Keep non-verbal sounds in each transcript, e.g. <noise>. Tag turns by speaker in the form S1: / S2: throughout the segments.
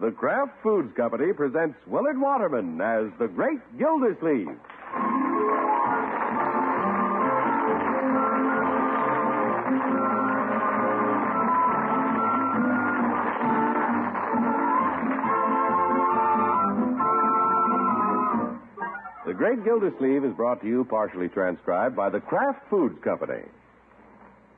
S1: the Kraft Foods Company presents Willard Waterman as the Great Gildersleeve. The Great Gildersleeve is brought to you, partially transcribed, by the Kraft Foods Company.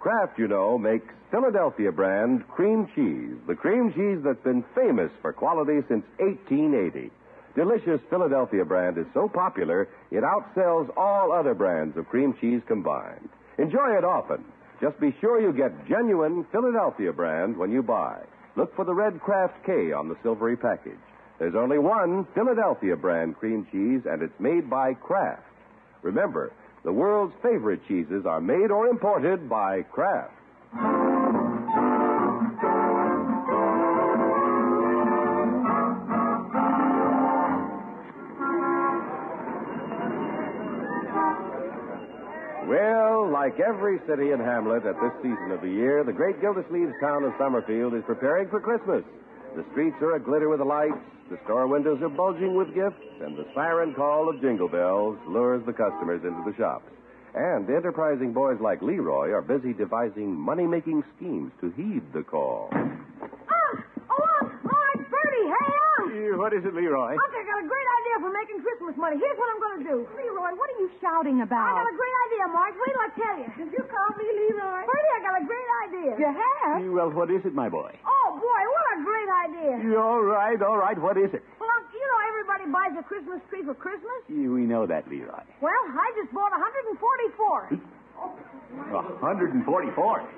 S1: Kraft, you know, makes Philadelphia brand cream cheese, the cream cheese that's been famous for quality since 1880. Delicious Philadelphia brand is so popular, it outsells all other brands of cream cheese combined. Enjoy it often. Just be sure you get genuine Philadelphia brand when you buy. Look for the red Kraft K on the silvery package. There's only one Philadelphia brand cream cheese, and it's made by Kraft. Remember, the world's favorite cheeses are made or imported by Kraft. Well, like every city and hamlet at this season of the year, the great Gildersleeve's town of Summerfield is preparing for Christmas. The streets are aglitter with lights, the store windows are bulging with gifts, and the siren call of jingle bells lures the customers into the shops. And enterprising boys like Leroy are busy devising money making schemes to heed the call.
S2: Unc! Oh, Unc! Lawrence Birdie, hey, Unc!
S3: What is it, Leroy?
S2: Unc, I got a great idea for making Christmas money. Here's what I'm going to do. Leroy, what are you shouting
S4: about?
S2: I got a great idea, Marge. Wait till I tell you. Did you call me Leroy? Birdie, I got a great idea.
S4: You have?
S3: Mm, Well, what is it, my boy?
S2: Oh, boy, what a great idea.
S3: All right, all right. What is it?
S2: Well, Unc, you know everybody buys a Christmas tree for Christmas.
S3: We know that, Leroy.
S2: Well, I just bought 144.
S3: 144.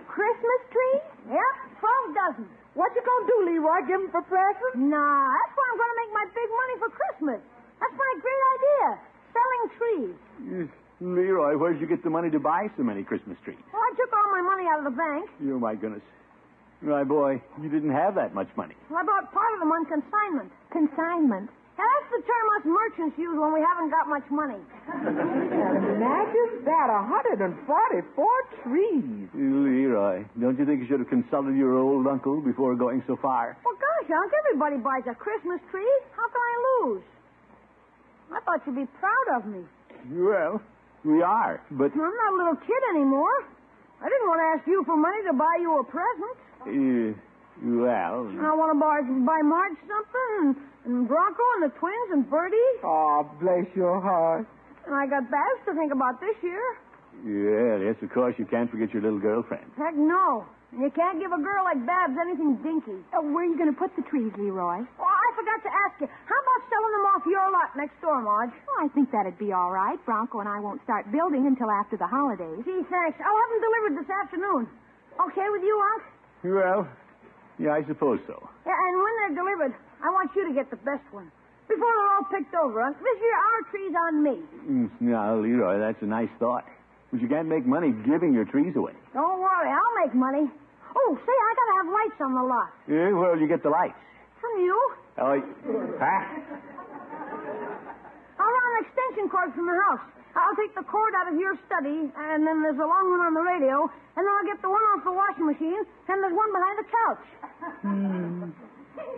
S2: Christmas tree? Yep, 12 dozen. What you gonna do, Leroy? Give 'em for presents? Nah, that's why I'm gonna make my big money for Christmas. That's my great idea. Selling trees.
S3: Leroy, where'd you get the money to buy so many Christmas trees?
S2: Well, I took all my money out of the bank.
S3: Oh, my goodness. My boy, you didn't have that much money.
S2: Well, I bought part of them on consignment.
S4: Consignment.
S2: And that's the term us merchants use when we haven't got much money.
S4: Imagine that, 144 trees.
S3: Leroy, don't you think you should have consulted your old uncle before going so far?
S2: Well, gosh, Unc, everybody buys a Christmas tree. How can I lose? I thought you'd be proud of me.
S3: Well, we are, but
S2: I'm not a little kid anymore. I didn't want to ask you for money to buy you a present.
S3: uh, well,
S2: I want to buy, buy Marge something, and, and Bronco, and the twins, and Bertie.
S4: Oh, bless your heart.
S2: And I got baths to think about this year.
S3: yeah, yes, of course you can't forget your little girlfriend.
S2: Heck no. And You can't give a girl like Babs anything dinky.
S4: Uh, where are you going to put the trees, Leroy?
S2: Oh, I forgot to ask you. How about selling them off your lot next door, Marge?
S4: Oh, I think that'd be all right. Bronco and I won't start building until after the holidays.
S2: Gee, thanks. I'll have them delivered this afternoon. Okay with you, Unc?
S3: Well, yeah, I suppose so.
S2: Yeah, and when they're delivered, I want you to get the best one. Before they're all picked over, Unc. This year, our tree's on me.
S3: Mm, Now, Leroy, that's a nice thought. But you can't make money giving your trees away.
S2: Don't worry, I'll make money. Oh, say, I gotta have lights on the lot.
S3: Yeah, where'll Eh, you get the lights?
S2: From you?
S3: Oh, y- huh?
S2: I'll run an extension cord from the house. I'll take the cord out of your study, and then there's a long one on the radio, and then I'll get the one off the washing machine, and there's one behind the couch.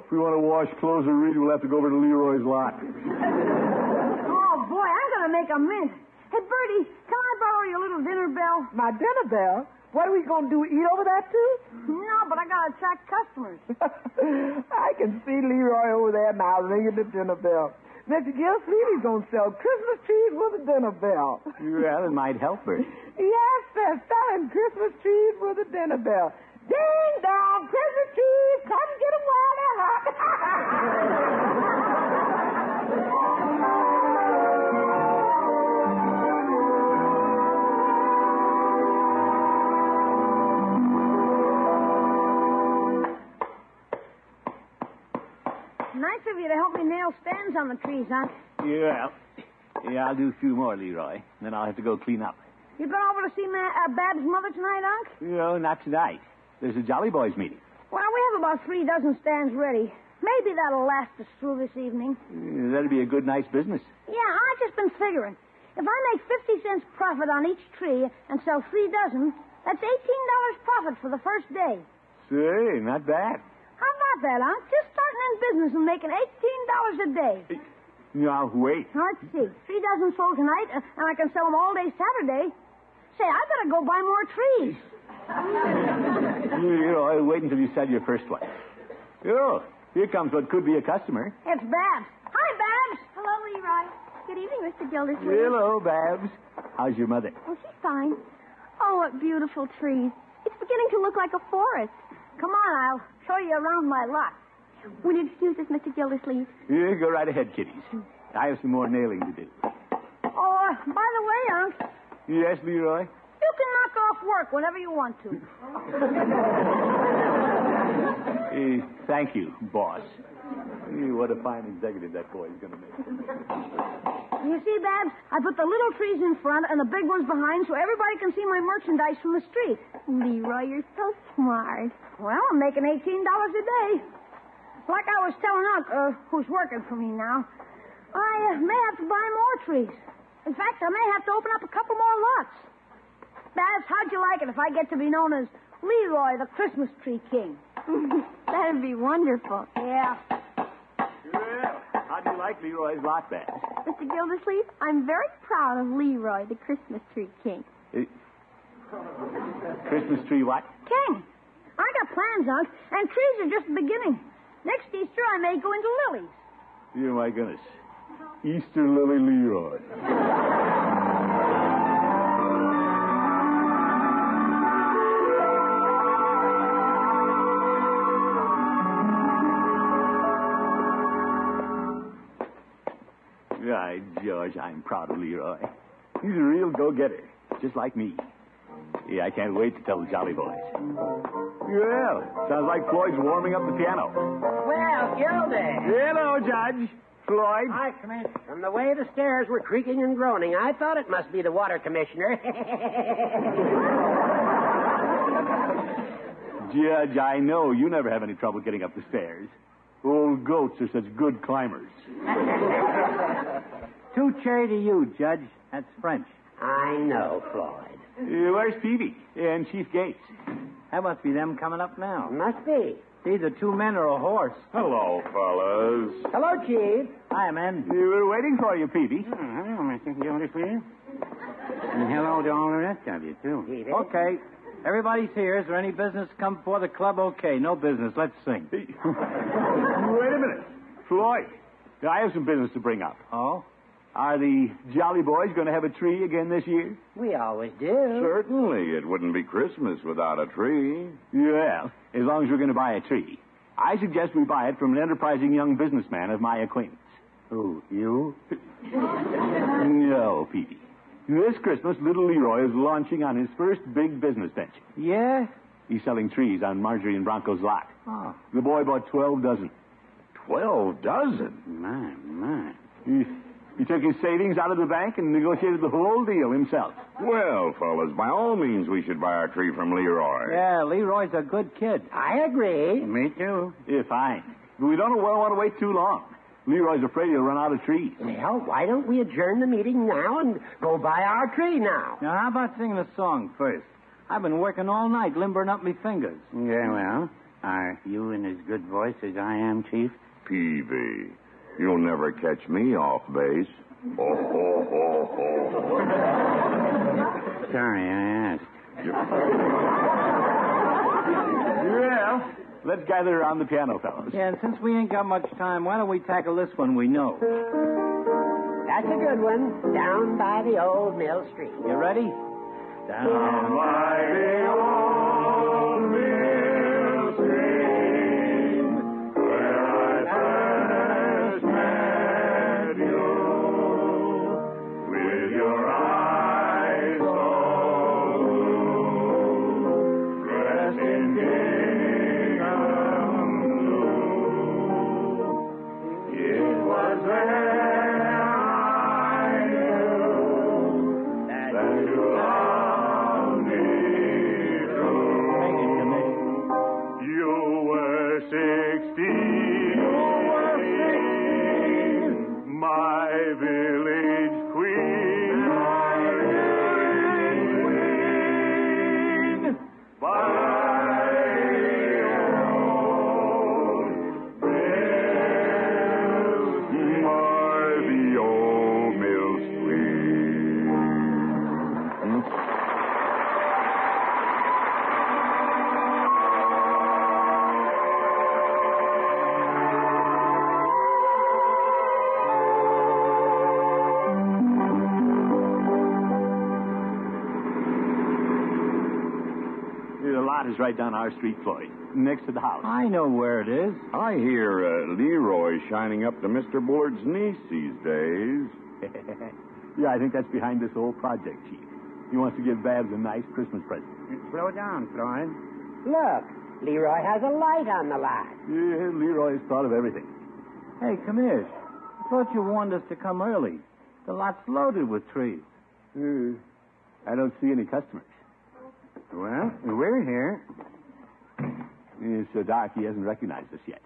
S3: If we want to wash clothes or read, we'll have to go over to Leroy's lot.
S2: Oh, boy, I'm going to make a mint. Hey, Bertie, can I borrow your little dinner bell?
S5: My dinner bell? What are we going to do? Eat over that, too?
S2: No, but I got to attract customers.
S5: <laughs> I can see Leroy over there now ringing the dinner bell. Mr. Gillespie's going to sell Christmas trees with a dinner bell.
S3: Well, it might help her.
S5: Yes, sir, selling Christmas trees with a dinner bell. Ding dong, Christmas trees, come get 'em while they're hot.
S2: Nice of you to help me nail stands on the trees, huh?
S3: Yeah. Yeah, I'll do a few more, Leroy. Then I'll have to go clean up.
S2: You going over to see Ma- uh, Bab's mother tonight, Unc?
S3: No, not tonight. There's a Jolly Boys meeting.
S2: Well, we have about three dozen stands ready. Maybe that'll last us through this evening.
S3: Uh, That'd be a good, nice business.
S2: Yeah, I've just been figuring. If I make 50 cents profit on each tree and sell three dozen, that's $18 profit for the first day.
S3: Say, not bad.
S2: How about that, Unc? Just starting in business and making $18 a day.
S3: Now, wait.
S2: Now, let's see. Three dozen sold tonight, uh, and I can sell them all day Saturday. Say, I better go buy more trees.
S3: Leroy, wait until you sell your first one. Oh, here comes what could be a customer.
S2: It's Babs. Hi, Babs.
S4: Hello, Leroy. Good evening, Mr. Gildersleeve.
S3: Hello, Babs. How's your mother?
S4: Oh, she's fine. Oh, what beautiful trees. It's beginning to look like a forest.
S2: Come on, I'll show you around my lot.
S4: Will you excuse us, Mr. Gildersleeve?
S3: Yeah, go right ahead, kiddies. I have some more nailing to do.
S2: Oh, uh, by the way, Unc,
S3: Yes, Leroy?
S2: you can knock off work whenever you want to.
S3: Eh, thank you, boss. Eh, what a fine executive that boy is going to make.
S2: You see, Babs, I put the little trees in front and the big ones behind so everybody can see my merchandise from the street.
S4: Leroy, you're so smart. <laughs>
S2: Well, I'm making $18 a day. Like I was telling Unc, uh, who's working for me now, I uh, may have to buy more trees. In fact, I may have to open up a couple more lots. Babs, how'd you like it if I get to be known as Leroy the Christmas Tree King?
S4: That'd be wonderful.
S2: Yeah.
S3: Well, how do you like Leroy's lot, Babs?
S4: Mr. Gildersleeve, I'm very proud of Leroy, the Christmas tree king.
S3: Eh, Christmas tree what?
S2: King, I got plans, Unc, and trees are just the beginning. Next Easter, I may go into lilies.
S3: Dear my goodness. Easter Lily Leroy. Right, George, I'm proud of Leroy. He's a real go-getter, just like me. Yeah, I can't wait to tell the Jolly Boys. Well, sounds like Floyd's warming up the piano.
S6: Well, Gildy.
S3: Hello, Judge. Floyd.
S6: Hi, Commissioner. From the way the stairs were creaking and groaning, I thought it must be the water commissioner. <laughs>
S3: Judge, I know you never have any trouble getting up the stairs. Old goats are such good
S7: <laughs>
S3: climbers.
S7: Two cherry to you, Judge. That's French.
S6: I know, Floyd.
S3: Uh, where's Peavy and Chief Gates?
S7: That must be them coming up now.
S6: Must be.
S7: It's either two men or a horse.
S1: Hello, fellas.
S6: Hello, Chief.
S7: Hi, men.
S3: We were waiting for you, Peavy.
S7: Hello, Mr. Gildersleeve. And hello to all the rest of you, too.
S6: Peter.
S7: Okay. Everybody's here. Is there any business come before the club? Okay. No business. Let's sing.
S3: <laughs> Wait a minute. Floyd, I have some business to bring up.
S7: Oh?
S3: Are the Jolly Boys going to have a tree again this year?
S6: We always do.
S1: Certainly, it wouldn't be Christmas without a tree.
S3: Yeah, as long as we're going to buy a tree. I suggest we buy it from an enterprising young businessman of my acquaintance.
S7: Who? You?
S3: <laughs> No, Peavy. This Christmas, little Leroy is launching on his first big business venture.
S7: Yeah?
S3: He's selling trees on Marjorie and Bronco's lot.
S7: Oh,
S3: The boy bought 12 dozen.
S1: Twelve dozen.
S7: my, my.
S3: He, he took his savings out of the bank and negotiated the whole deal himself.
S1: Well, fellas, by all means, we should buy our tree from Leroy.
S7: Yeah, Leroy's a good kid.
S6: I agree.
S7: Me, too.
S3: Yeah, fine. But we don't want to wait too long. Leroy's afraid he'll run out of trees.
S6: Well, why don't we adjourn the meeting now and go buy our tree now?
S7: Now, how about singing a song first? I've been working all night limbering up my fingers. Yeah, well, are you in as good voice as I am, Chief?
S1: Peavy, you'll never catch me off base. Oh, ho, ho, ho.
S7: Sorry, I asked.
S3: Well, let's gather around the piano, fellas.
S7: Yeah, and since we ain't got much time, why don't we tackle this one we know?
S6: That's a good one. Down by the old mill street.
S7: You ready? Down
S1: You were sixteen. My village queen. By the old
S3: is right down our street, Floyd, next to the house.
S7: I know where it is.
S8: I hear uh, Leroy shining up to Mr. Bullard's niece these days.
S3: <laughs> yeah, I think that's behind this old project, Chief. He wants to give Babs a nice Christmas present.
S7: Slow down, Floyd.
S6: Look, Leroy has a light on the line.
S3: Yeah, Leroy's thought of everything.
S7: Hey, come here. I thought you warned us to come early. The lot's loaded with trees.
S3: Uh, I don't see any customers.
S7: Well, we're here.
S3: Uh, so, Doc, he hasn't recognized us yet.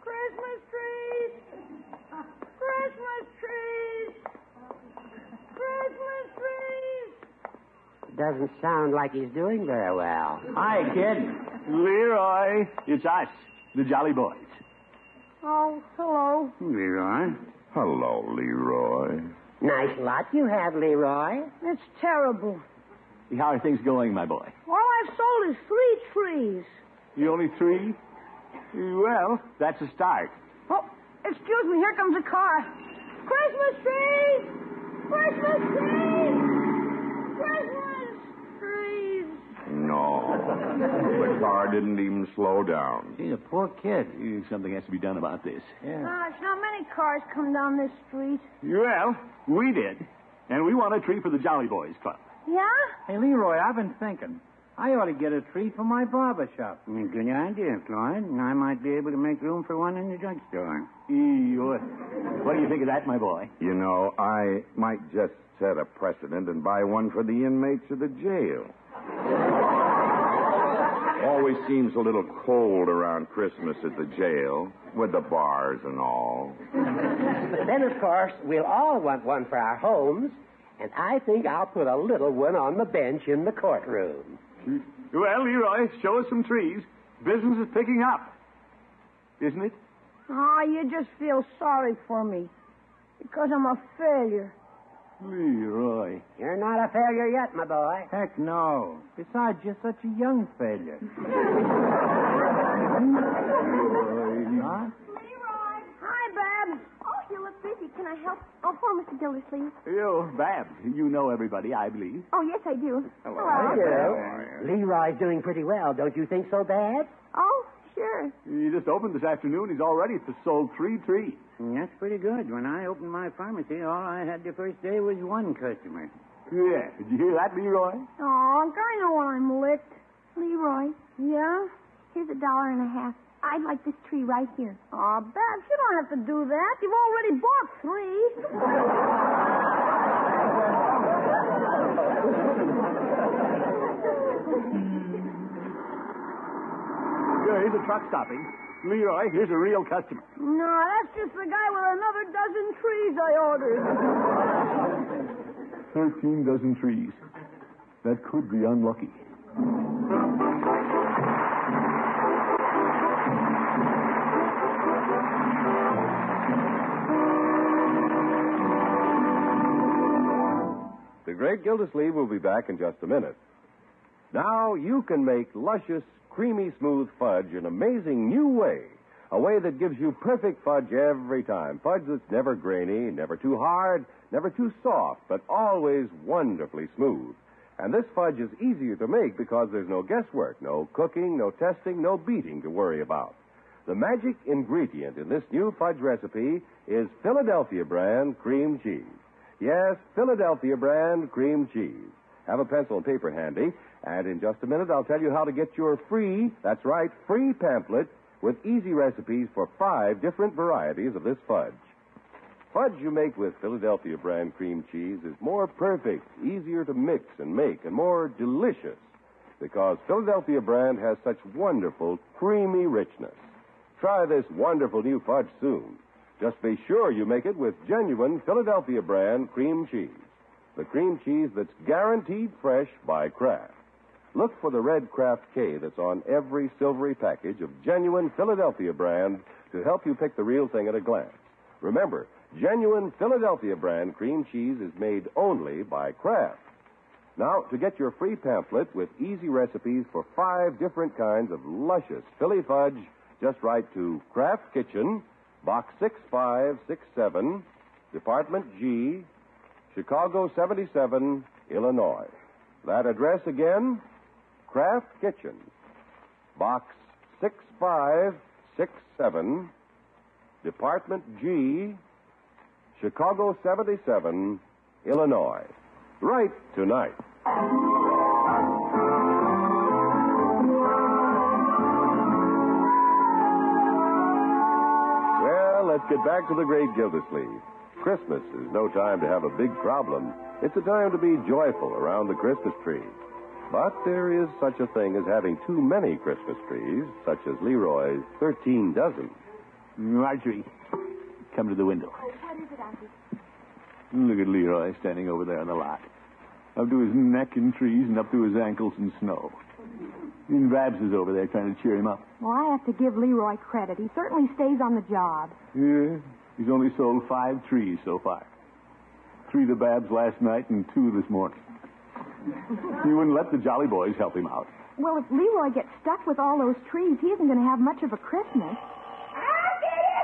S2: Christmas trees! Christmas trees! Christmas trees!
S6: Doesn't sound like he's doing very well.
S7: Hi, kid.
S3: Leroy, it's us, the Jolly Boys.
S2: Oh, hello.
S7: Leroy.
S8: Hello, Leroy.
S6: Nice lot you have, Leroy.
S2: It's terrible.
S3: How are things going, my boy?
S2: All I've sold is three trees.
S3: You only three? Well, that's a start.
S2: Oh, excuse me, here comes a car. Christmas trees! Christmas trees! Christmas trees!
S8: No. the car didn't even slow down.
S7: He's a poor kid.
S3: Uh, Something has to be done about this.
S7: Yeah.
S2: Gosh, not many cars come down this street.
S3: Well, we did. And we want a tree for the Jolly Boys Club.
S2: Yeah?
S7: Hey, Leroy, I've been thinking. I ought to get a tree for my barber shop. Hmm, Good idea, Floyd. And I might be able to make room for one in the drugstore.
S3: Eh, what- What do you think of that, my boy?
S8: You know, I might just set a precedent and buy one for the inmates of the jail. Always seems a little cold around Christmas at the jail, with the bars and all.
S6: Then, of course, we'll all want one for our homes, and I think I'll put a little one on the bench in the courtroom.
S3: Well, Leroy, show us some trees. Business is picking up. Isn't it?
S2: Oh, you just feel sorry for me. Because I'm a failure.
S3: Leroy.
S6: You're not a failure yet, my boy.
S7: Heck no. Besides, you're such a young failure. Huh?
S2: Leroy! Hi, Babs.
S4: Oh, you look busy. Can I help? Oh, poor Mr. Gildersleeve.
S3: Oh, Babs, you know everybody, I believe.
S4: Oh, yes, I do. Hello.
S2: Oh,
S7: Oh,
S6: Leroy's doing pretty well. Don't you think so, Dad?
S4: Oh, sure.
S3: He just opened this afternoon. He's already sold three trees.
S7: Hmm, That's pretty good. When I opened my pharmacy, all I had the first day was one customer.
S3: Yeah. Did you hear that, Leroy?
S2: Oh, Unc, I know I'm licked.
S4: Leroy,
S2: Yeah?
S4: here's a dollar and a half. I'd like this tree right here.
S2: Aw, Babs, you don't have to do that. You've already bought three.
S3: Yeah, here's a truck stopping. Leroy, here's a real customer.
S2: No, that's just the guy with another dozen trees I ordered.
S3: Thirteen dozen trees. That could be unlucky.
S1: The great Gildersleeve will be back in just a minute. Now you can make luscious, creamy, smooth fudge an amazing new way. A way that gives you perfect fudge every time. Fudge that's never grainy, never too hard, never too soft, but always wonderfully smooth. And this fudge is easier to make because there's no guesswork, no cooking, no testing, no beating to worry about. The magic ingredient in this new fudge recipe is Philadelphia brand cream cheese. Yes, Philadelphia brand cream cheese. Have a pencil and paper handy, and in just a minute I'll tell you how to get your free, that's right, free pamphlet with easy recipes for five different varieties of this fudge. Fudge you make with Philadelphia brand cream cheese is more perfect, easier to mix and make, and more delicious because Philadelphia brand has such wonderful, creamy richness. Try this wonderful new fudge soon. Just be sure you make it with genuine Philadelphia brand cream cheese. The cream cheese that's guaranteed fresh by Kraft. Look for the red Kraft K that's on every silvery package of genuine Philadelphia brand to help you pick the real thing at a glance. Remember, genuine Philadelphia brand cream cheese is made only by Kraft. Now, to get your free pamphlet with easy recipes for five different kinds of luscious Philly fudge, just write to Kraft Kitchen, Box 6567, Department G, Chicago 77, Illinois. That address again, Kraft Kitchen, Box 6567, Department G, Chicago 77, Illinois. Right tonight. Well, let's get back to the great Gildersleeve. Christmas is no time to have a big problem. It's a time to be joyful around the Christmas tree. But there is such a thing as having too many Christmas trees, such as Leroy's 13 dozen.
S3: Marjorie, come to the window.
S2: Oh, what is it, Uncle?
S3: Look at Leroy standing over there on the lot. Up to his neck in trees and up to his ankles in snow. And Babs is over there trying to cheer him up.
S2: Well, I have to give Leroy credit. He certainly stays on the job.
S3: Yeah, he's only sold five trees so far. Three to Babs last night and two this morning. he wouldn't let the Jolly Boys help him out.
S2: Well, if Leroy gets stuck with all those trees, he isn't going to have much of a Christmas.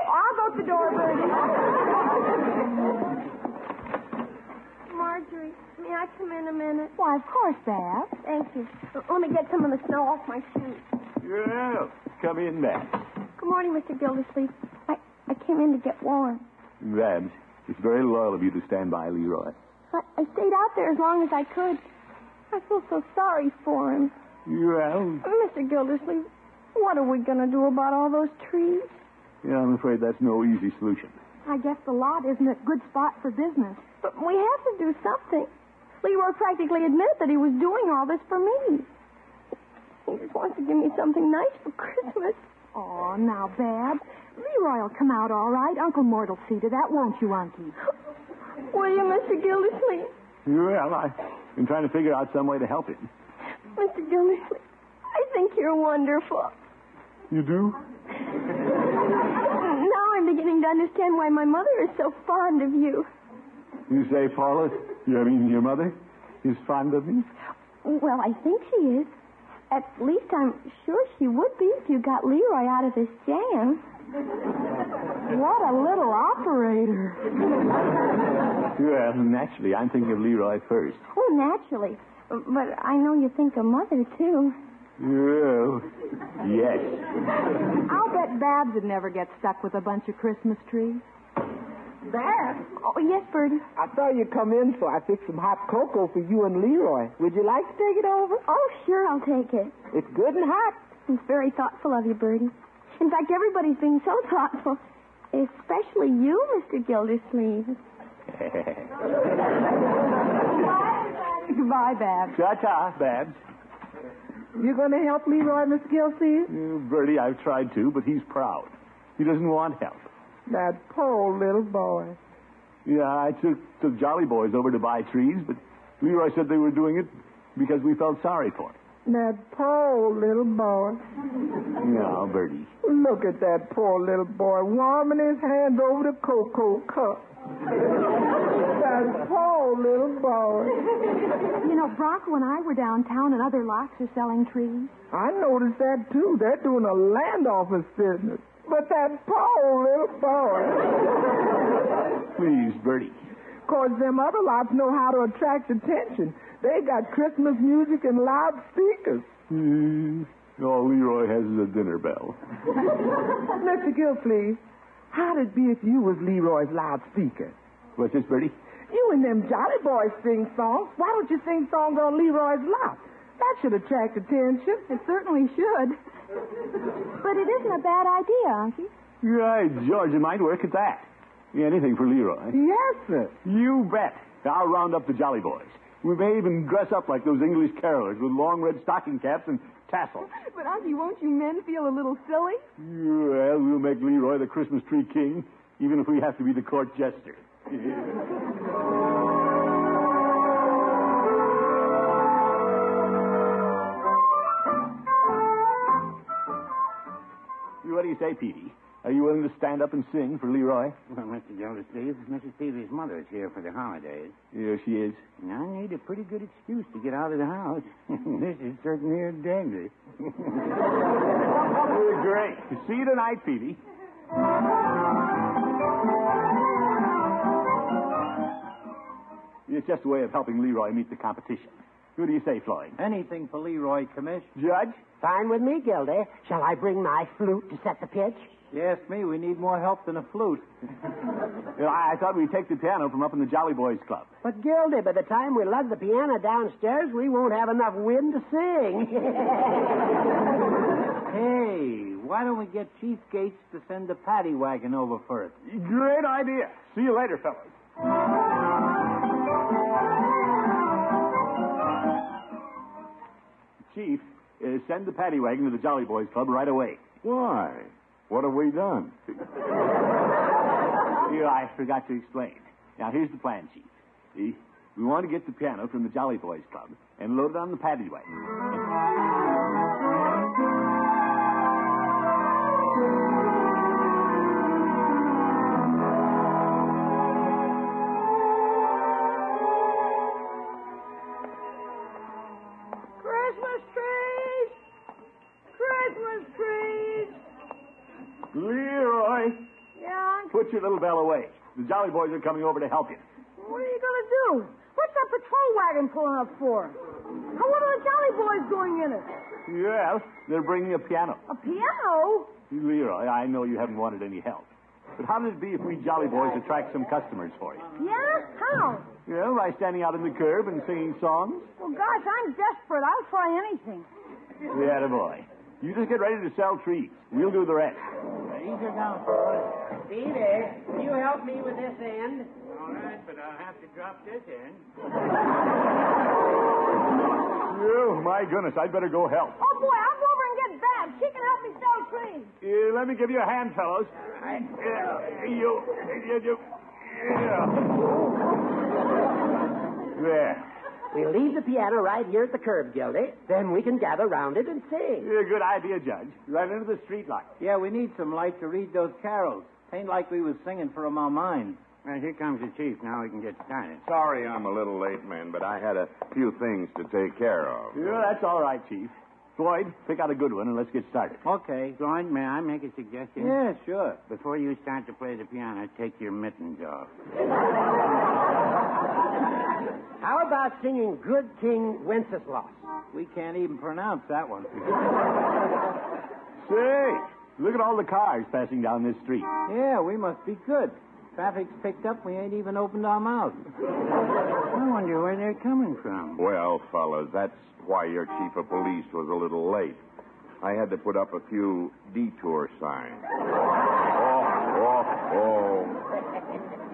S2: I'll go to the door, Bertie.
S4: Marjorie, may I come in a minute?
S2: Why, of course, Bab.
S4: Thank you. Uh, Let me get some of the snow off my shoes.
S3: Yeah, come in, Babs.
S4: Good morning, Mr. Gildersleeve. I, I came in to get warm.
S3: Babs, it's very loyal of you to stand by Leroy.
S4: I, I stayed out there as long as I could. I feel so sorry for him.
S3: Well,
S4: Mr. Gildersleeve, what are we going to do about all those trees?
S3: yeah, I'm afraid that's no easy solution.
S2: I guess the lot isn't a good spot for business.
S4: But we have to do something. Leroy practically admitted that he was doing all this for me. He just wants to give me something nice for Christmas.
S2: Oh, now, Bab. Leroy will come out all right. Uncle Mort will see to that, won't you, Unky?
S4: Will you, Mr. Gildersleeve?
S3: Well, I've been trying to figure out some way to help him.
S4: Mr. Gildersleeve, I think you're wonderful.
S3: You do?
S4: Now I'm beginning to understand why my mother is so fond of you.
S3: You say Paula, you I mean your mother, is fond of me?
S4: Well, I think she is. At least I'm sure she would be if you got Leroy out of his jam.
S2: What a little operator.
S3: Well, naturally, I'm thinking of Leroy first.
S4: Oh, naturally. But I know you think of Mother, too.
S3: Well, yes. <laughs>
S2: I'll bet Babs would never get stuck with a bunch of Christmas trees.
S5: Bab,
S4: Oh, yes, Bertie.
S5: I saw you come in, so I fixed some hot cocoa for you and Leroy. Would you like to take it over?
S4: Oh, sure, I'll take it.
S5: It's good and hot.
S4: It's very thoughtful of you, Bertie. In fact, everybody's being so <laughs> thoughtful, especially you, Mr. Gildersleeve.
S2: Goodbye, Babs.
S3: Ta-ta, Babs.
S5: You going to help Leroy, Miss Gilsey?
S3: Uh, Bertie, I've tried to, but he's proud. He doesn't want help.
S5: That poor little boy.
S3: Yeah, I took the Jolly Boys over to buy trees, but Leroy said they were doing it because we felt sorry for him.
S5: That poor little boy.
S3: No, Bertie.
S5: Look at that poor little boy warming his hand over the cocoa cup. that poor little boy.
S2: You know, Bronco and I were downtown, and other lots are selling trees.
S5: I noticed that too. They're doing a land office business. But that poor little boy.
S3: Please, Bertie.
S5: Cause them other lots know how to attract attention. They got Christmas music and
S6: <laughs>
S5: loudspeakers.
S3: Mm, All Leroy has is a dinner bell.
S5: Mr. Gilflee, how'd it be if you was Leroy's loudspeaker?
S3: What's this, Bertie?
S5: You and them Jolly Boys sing songs. Why don't you sing songs on Leroy's lot? That should attract attention.
S2: It certainly
S6: <laughs>
S2: should. But it isn't a bad idea, Unky.
S3: Right, George, it might work at that. Anything for Leroy.
S5: Yes, sir.
S3: You bet. I'll round up the Jolly Boys. We may even dress up like those English carolers with long red stocking caps and tassels.
S2: <laughs> But, Unky, won't you men feel a little silly?
S3: Well, we'll make Leroy the Christmas tree king, even if we have to be the court jester. <laughs> what do you say, Petey? Are you willing to stand up and sing for Leroy?
S6: Well, Mr. Gildersleeve, Mrs. Peavy's mother is here for the holidays.
S3: Here she is.
S6: And I need a pretty good excuse to get out of the house. <laughs> this is certainly a dandy.
S3: Great. See you tonight, Petey. It's just a way of helping Leroy meet the competition. What do you say, Floyd?
S6: Anything for Leroy, Commish.
S3: Judge?
S9: Fine with me, Gildy. Shall I bring my flute to set the pitch?
S6: You ask me, we need more help than a flute.
S3: You know, I, I thought we'd take the piano from up in the Jolly Boys Club.
S9: But, Gildy, by the time we lug the piano downstairs, we won't have enough wind to sing.
S6: Hey, why don't we get Chief Gates to send the paddy wagon over first?
S3: Great idea. See you later, fellas. Chief, uh, send the paddy wagon to the Jolly Boys Club right away.
S1: Why? What have we done?
S3: Here, I forgot to explain. Now, here's the plan, Chief. See? We want to get the piano from the Jolly Boys Club and load it on the paddy wagon.
S2: Christmas trees! Christmas trees!
S3: Leroy,
S2: Yeah, Unc,
S3: put your little bell away. The Jolly Boys are coming over to help you.
S2: what are you going to do? What's that patrol wagon pulling up for? And what are the Jolly Boys doing in it?
S3: Yes, they're bringing a piano.
S2: A piano?
S3: Leroy, I know you haven't wanted any help. But how would it be if we Jolly Boys attract some customers for you?
S2: Yeah? How?
S3: Well, by standing out in the curb and singing songs?
S2: Well, gosh, I'm desperate. I'll try anything.
S3: Yeah, boy. You just get ready to sell trees. We'll do the rest.
S6: These are down for
S9: Peter, will you help me with this end?
S6: All right, but I'll have to drop this in.
S3: <laughs> Oh, my goodness. I'd better go help.
S2: Oh, boy, I'll go over and get Bab. She can help me sell trees.
S3: Uh, let me give you a hand, fellows. Uh, you, you, you. Yeah. There.
S9: We'll leave the piano right here at the curb, Gildy. Then we can gather round it and sing.
S3: Yeah, good idea, Judge. Right into the street light.
S6: Yeah, we need some light to read those carols. Ain't like we was singing for 'em on mine.
S10: Well, here comes the chief. Now we can get started.
S1: Sorry I'm a little late, man, but I had a few things to take care of.
S3: Yeah, that's all right, Chief. Floyd, pick out a good one and let's get started.
S6: Okay.
S10: Floyd, may I make a suggestion?
S6: Yeah, sure.
S10: Before you start to play the piano, take your mittens off.
S9: How about singing Good King Wenceslas?
S6: We can't even pronounce that one.
S3: Say, look at all the cars passing down this street.
S6: Yeah, we must be good. Traffic's picked up. We ain't even opened our mouths.
S10: I wonder where they're coming from.
S1: Well, fellas, that's why your chief of police was a little late. I had to put up a few detour signs. oh, oh,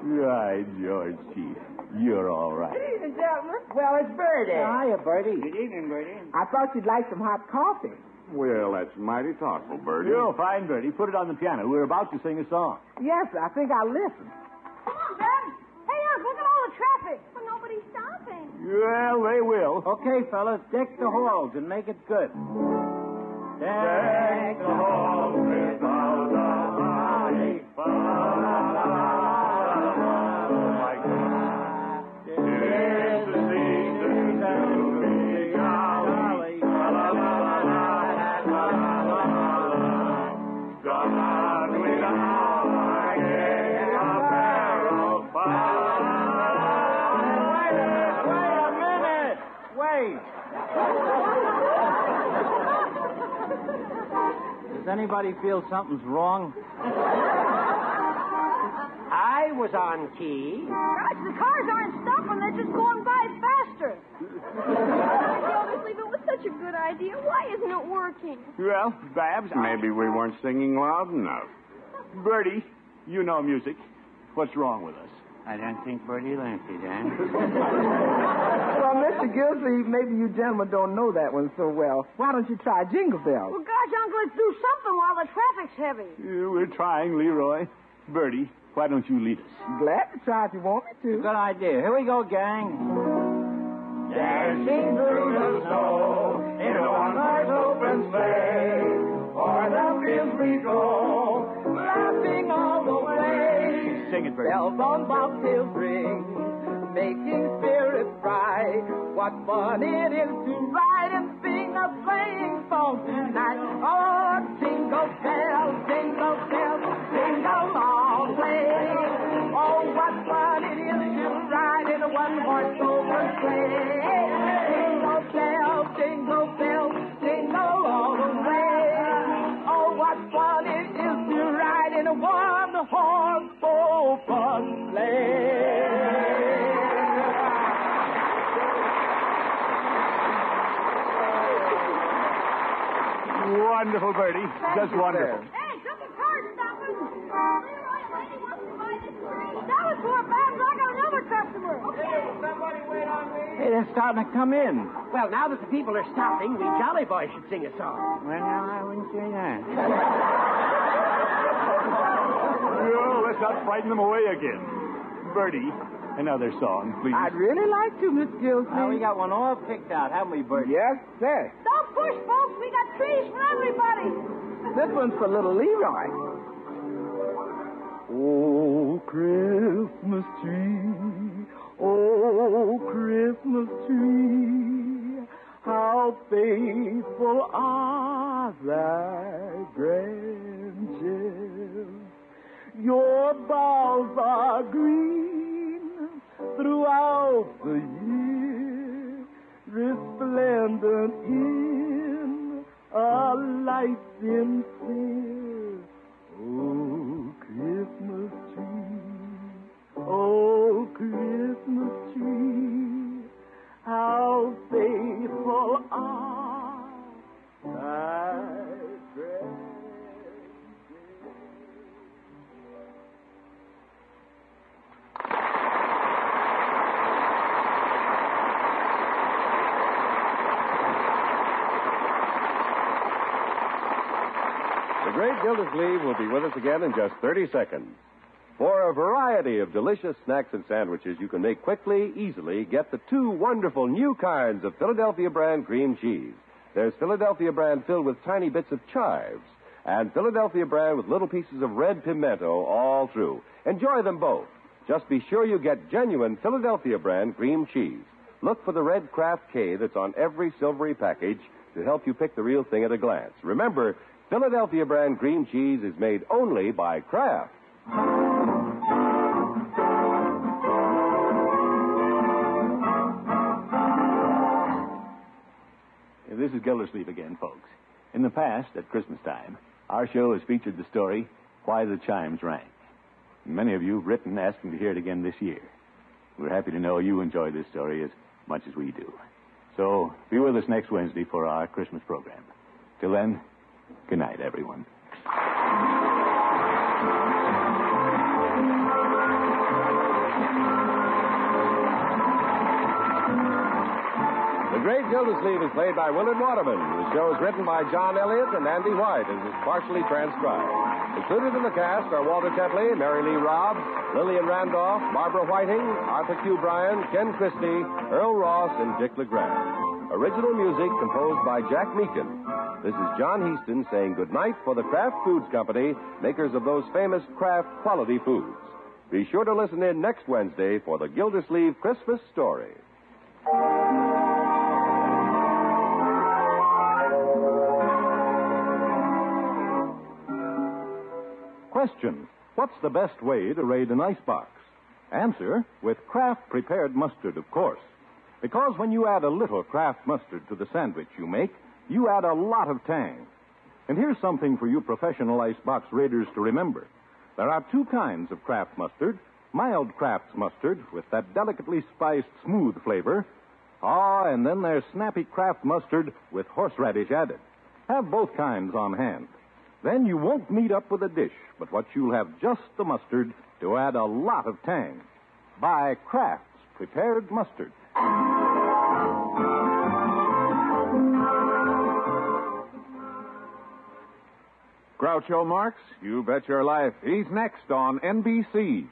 S3: Right, George, Chief. You're all right.
S5: Ladies and gentlemen,
S9: Well, it's Birdie.
S6: Hiya, Bertie.
S10: Good evening, Bertie.
S5: I thought you'd like some hot coffee.
S1: oh. Well, that's mighty thoughtful, Bertie.
S3: You're fine, Bertie. Put it on the piano. We're about to sing a song.
S5: Yes, I think I'll listen.
S2: Come on, Bab. Hey, Unc, look at all the traffic. But nobody's stopping.
S3: Well, they will.
S6: Okay, fellas, deck the halls and make it good. Deck the halls with almighty Wait! Does anybody feel something's wrong?
S9: I was on key.
S2: Gosh, the cars aren't stopping. They're just going by faster.
S11: Gildersleeve, it was such a good idea. Why isn't it working?
S3: Well, Babs, I-
S1: Maybe we weren't singing loud enough.
S3: Bertie, you know music. What's wrong with us?
S10: I don't think Bertie likes it, eh?
S5: Well, Mr. Gildersleeve, maybe you gentlemen don't know that one so well. Why don't you try Jingle Bells?
S2: Well, gosh, Unc, let's do something while the traffic's heavy.
S3: Uh, We're trying, Leroy. Bertie, why don't you lead us?
S5: Glad to try if you want me to.
S6: Good idea. Here we go, gang. Dashing through the snow in a one-horse open sleigh. O'er the fields we go, laughing all the way.
S3: Sing it, Bertie.
S6: Bells on bobtails ring, making spirits bright. What fun it is to ride and sing a playing song tonight. Oh, jingle bells, jingle bells, jingle all the way. Oh, what fun it is to ride in a one-horse open sleigh. Jingle Oh,
S7: no fun playing.
S3: Wonderful, Bertie. Just wonderful.
S2: Hey, double card, Stockman. Leroy, a lady wants to buy this tree. That was for a bad luck on another customer. Okay.
S7: Somebody wait on me.
S12: Hey, they're starting to come in.
S6: Well, now that the people are stopping, we jolly boys should sing a song.
S12: Well, now, I wouldn't say that.
S3: Oh, let's not frighten them away again. Bertie, another song, please.
S5: I'd really like to, Miss Gilsey.
S12: we got one all picked out, haven't we, Bertie?
S5: Yes, sir.
S2: Don't push, folks. We got trees for everybody.
S5: This one's for little Leroy. Oh, Christmas tree. Oh, Christmas tree. How faithful are thy branches. Your boughs are green throughout the year, resplendent in a light sincere. Oh, Christmas tree, oh, Christmas tree, how faithful are thy branches.
S1: The great Gildersleeve will be with us again in just 30 seconds. For a variety of delicious snacks and sandwiches you can make quickly, easily, get the two wonderful new kinds of Philadelphia brand cream cheese. There's Philadelphia brand filled with tiny bits of chives, and Philadelphia brand with little pieces of red pimento all through. Enjoy them both. Just be sure you get genuine Philadelphia brand cream cheese. Look for the red Kraft K that's on every silvery package to help you pick the real thing at a glance. Remember, Philadelphia brand cream cheese is made only by Kraft.
S3: This is Gildersleeve again, folks. In the past, at Christmas time, our show has featured the story, Why the Chimes Rang. Many of you have written asking to hear it again this year. We're happy to know you enjoy this story as much as we do. So be with us next Wednesday for our Christmas program. Till then, good night, everyone.
S1: The Great Gildersleeve is played by Willard Waterman. The show is written by John Elliott and Andy White and is partially transcribed. Included in the cast are Walter Tetley, Mary Lee Robb, Lillian Randolph, Barbara Whiting, Arthur Q. Bryan, Ken Christie, Earl Ross, and Dick LeGrand. Original music composed by Jack Meakin. This is John Heaston saying goodnight for the Kraft Foods Company, makers of those famous Kraft quality foods. Be sure to listen in next Wednesday for the Gildersleeve Christmas Story.
S3: Question What's the best way to raid an icebox? Answer With Kraft prepared mustard, of course. Because when you add a little Kraft mustard to the sandwich you make, you add a lot of tang. And here's something for you professional icebox raiders to remember there are two kinds of Kraft mustard mild Kraft's mustard with that delicately spiced, smooth flavor. Ah, and then there's snappy Kraft mustard with horseradish added. Have both kinds on hand. Then you won't meet up with a dish, but what you'll have just the mustard to add a lot of tang. Buy Kraft's prepared mustard. Groucho Marx, you bet your life. He's next on NBC.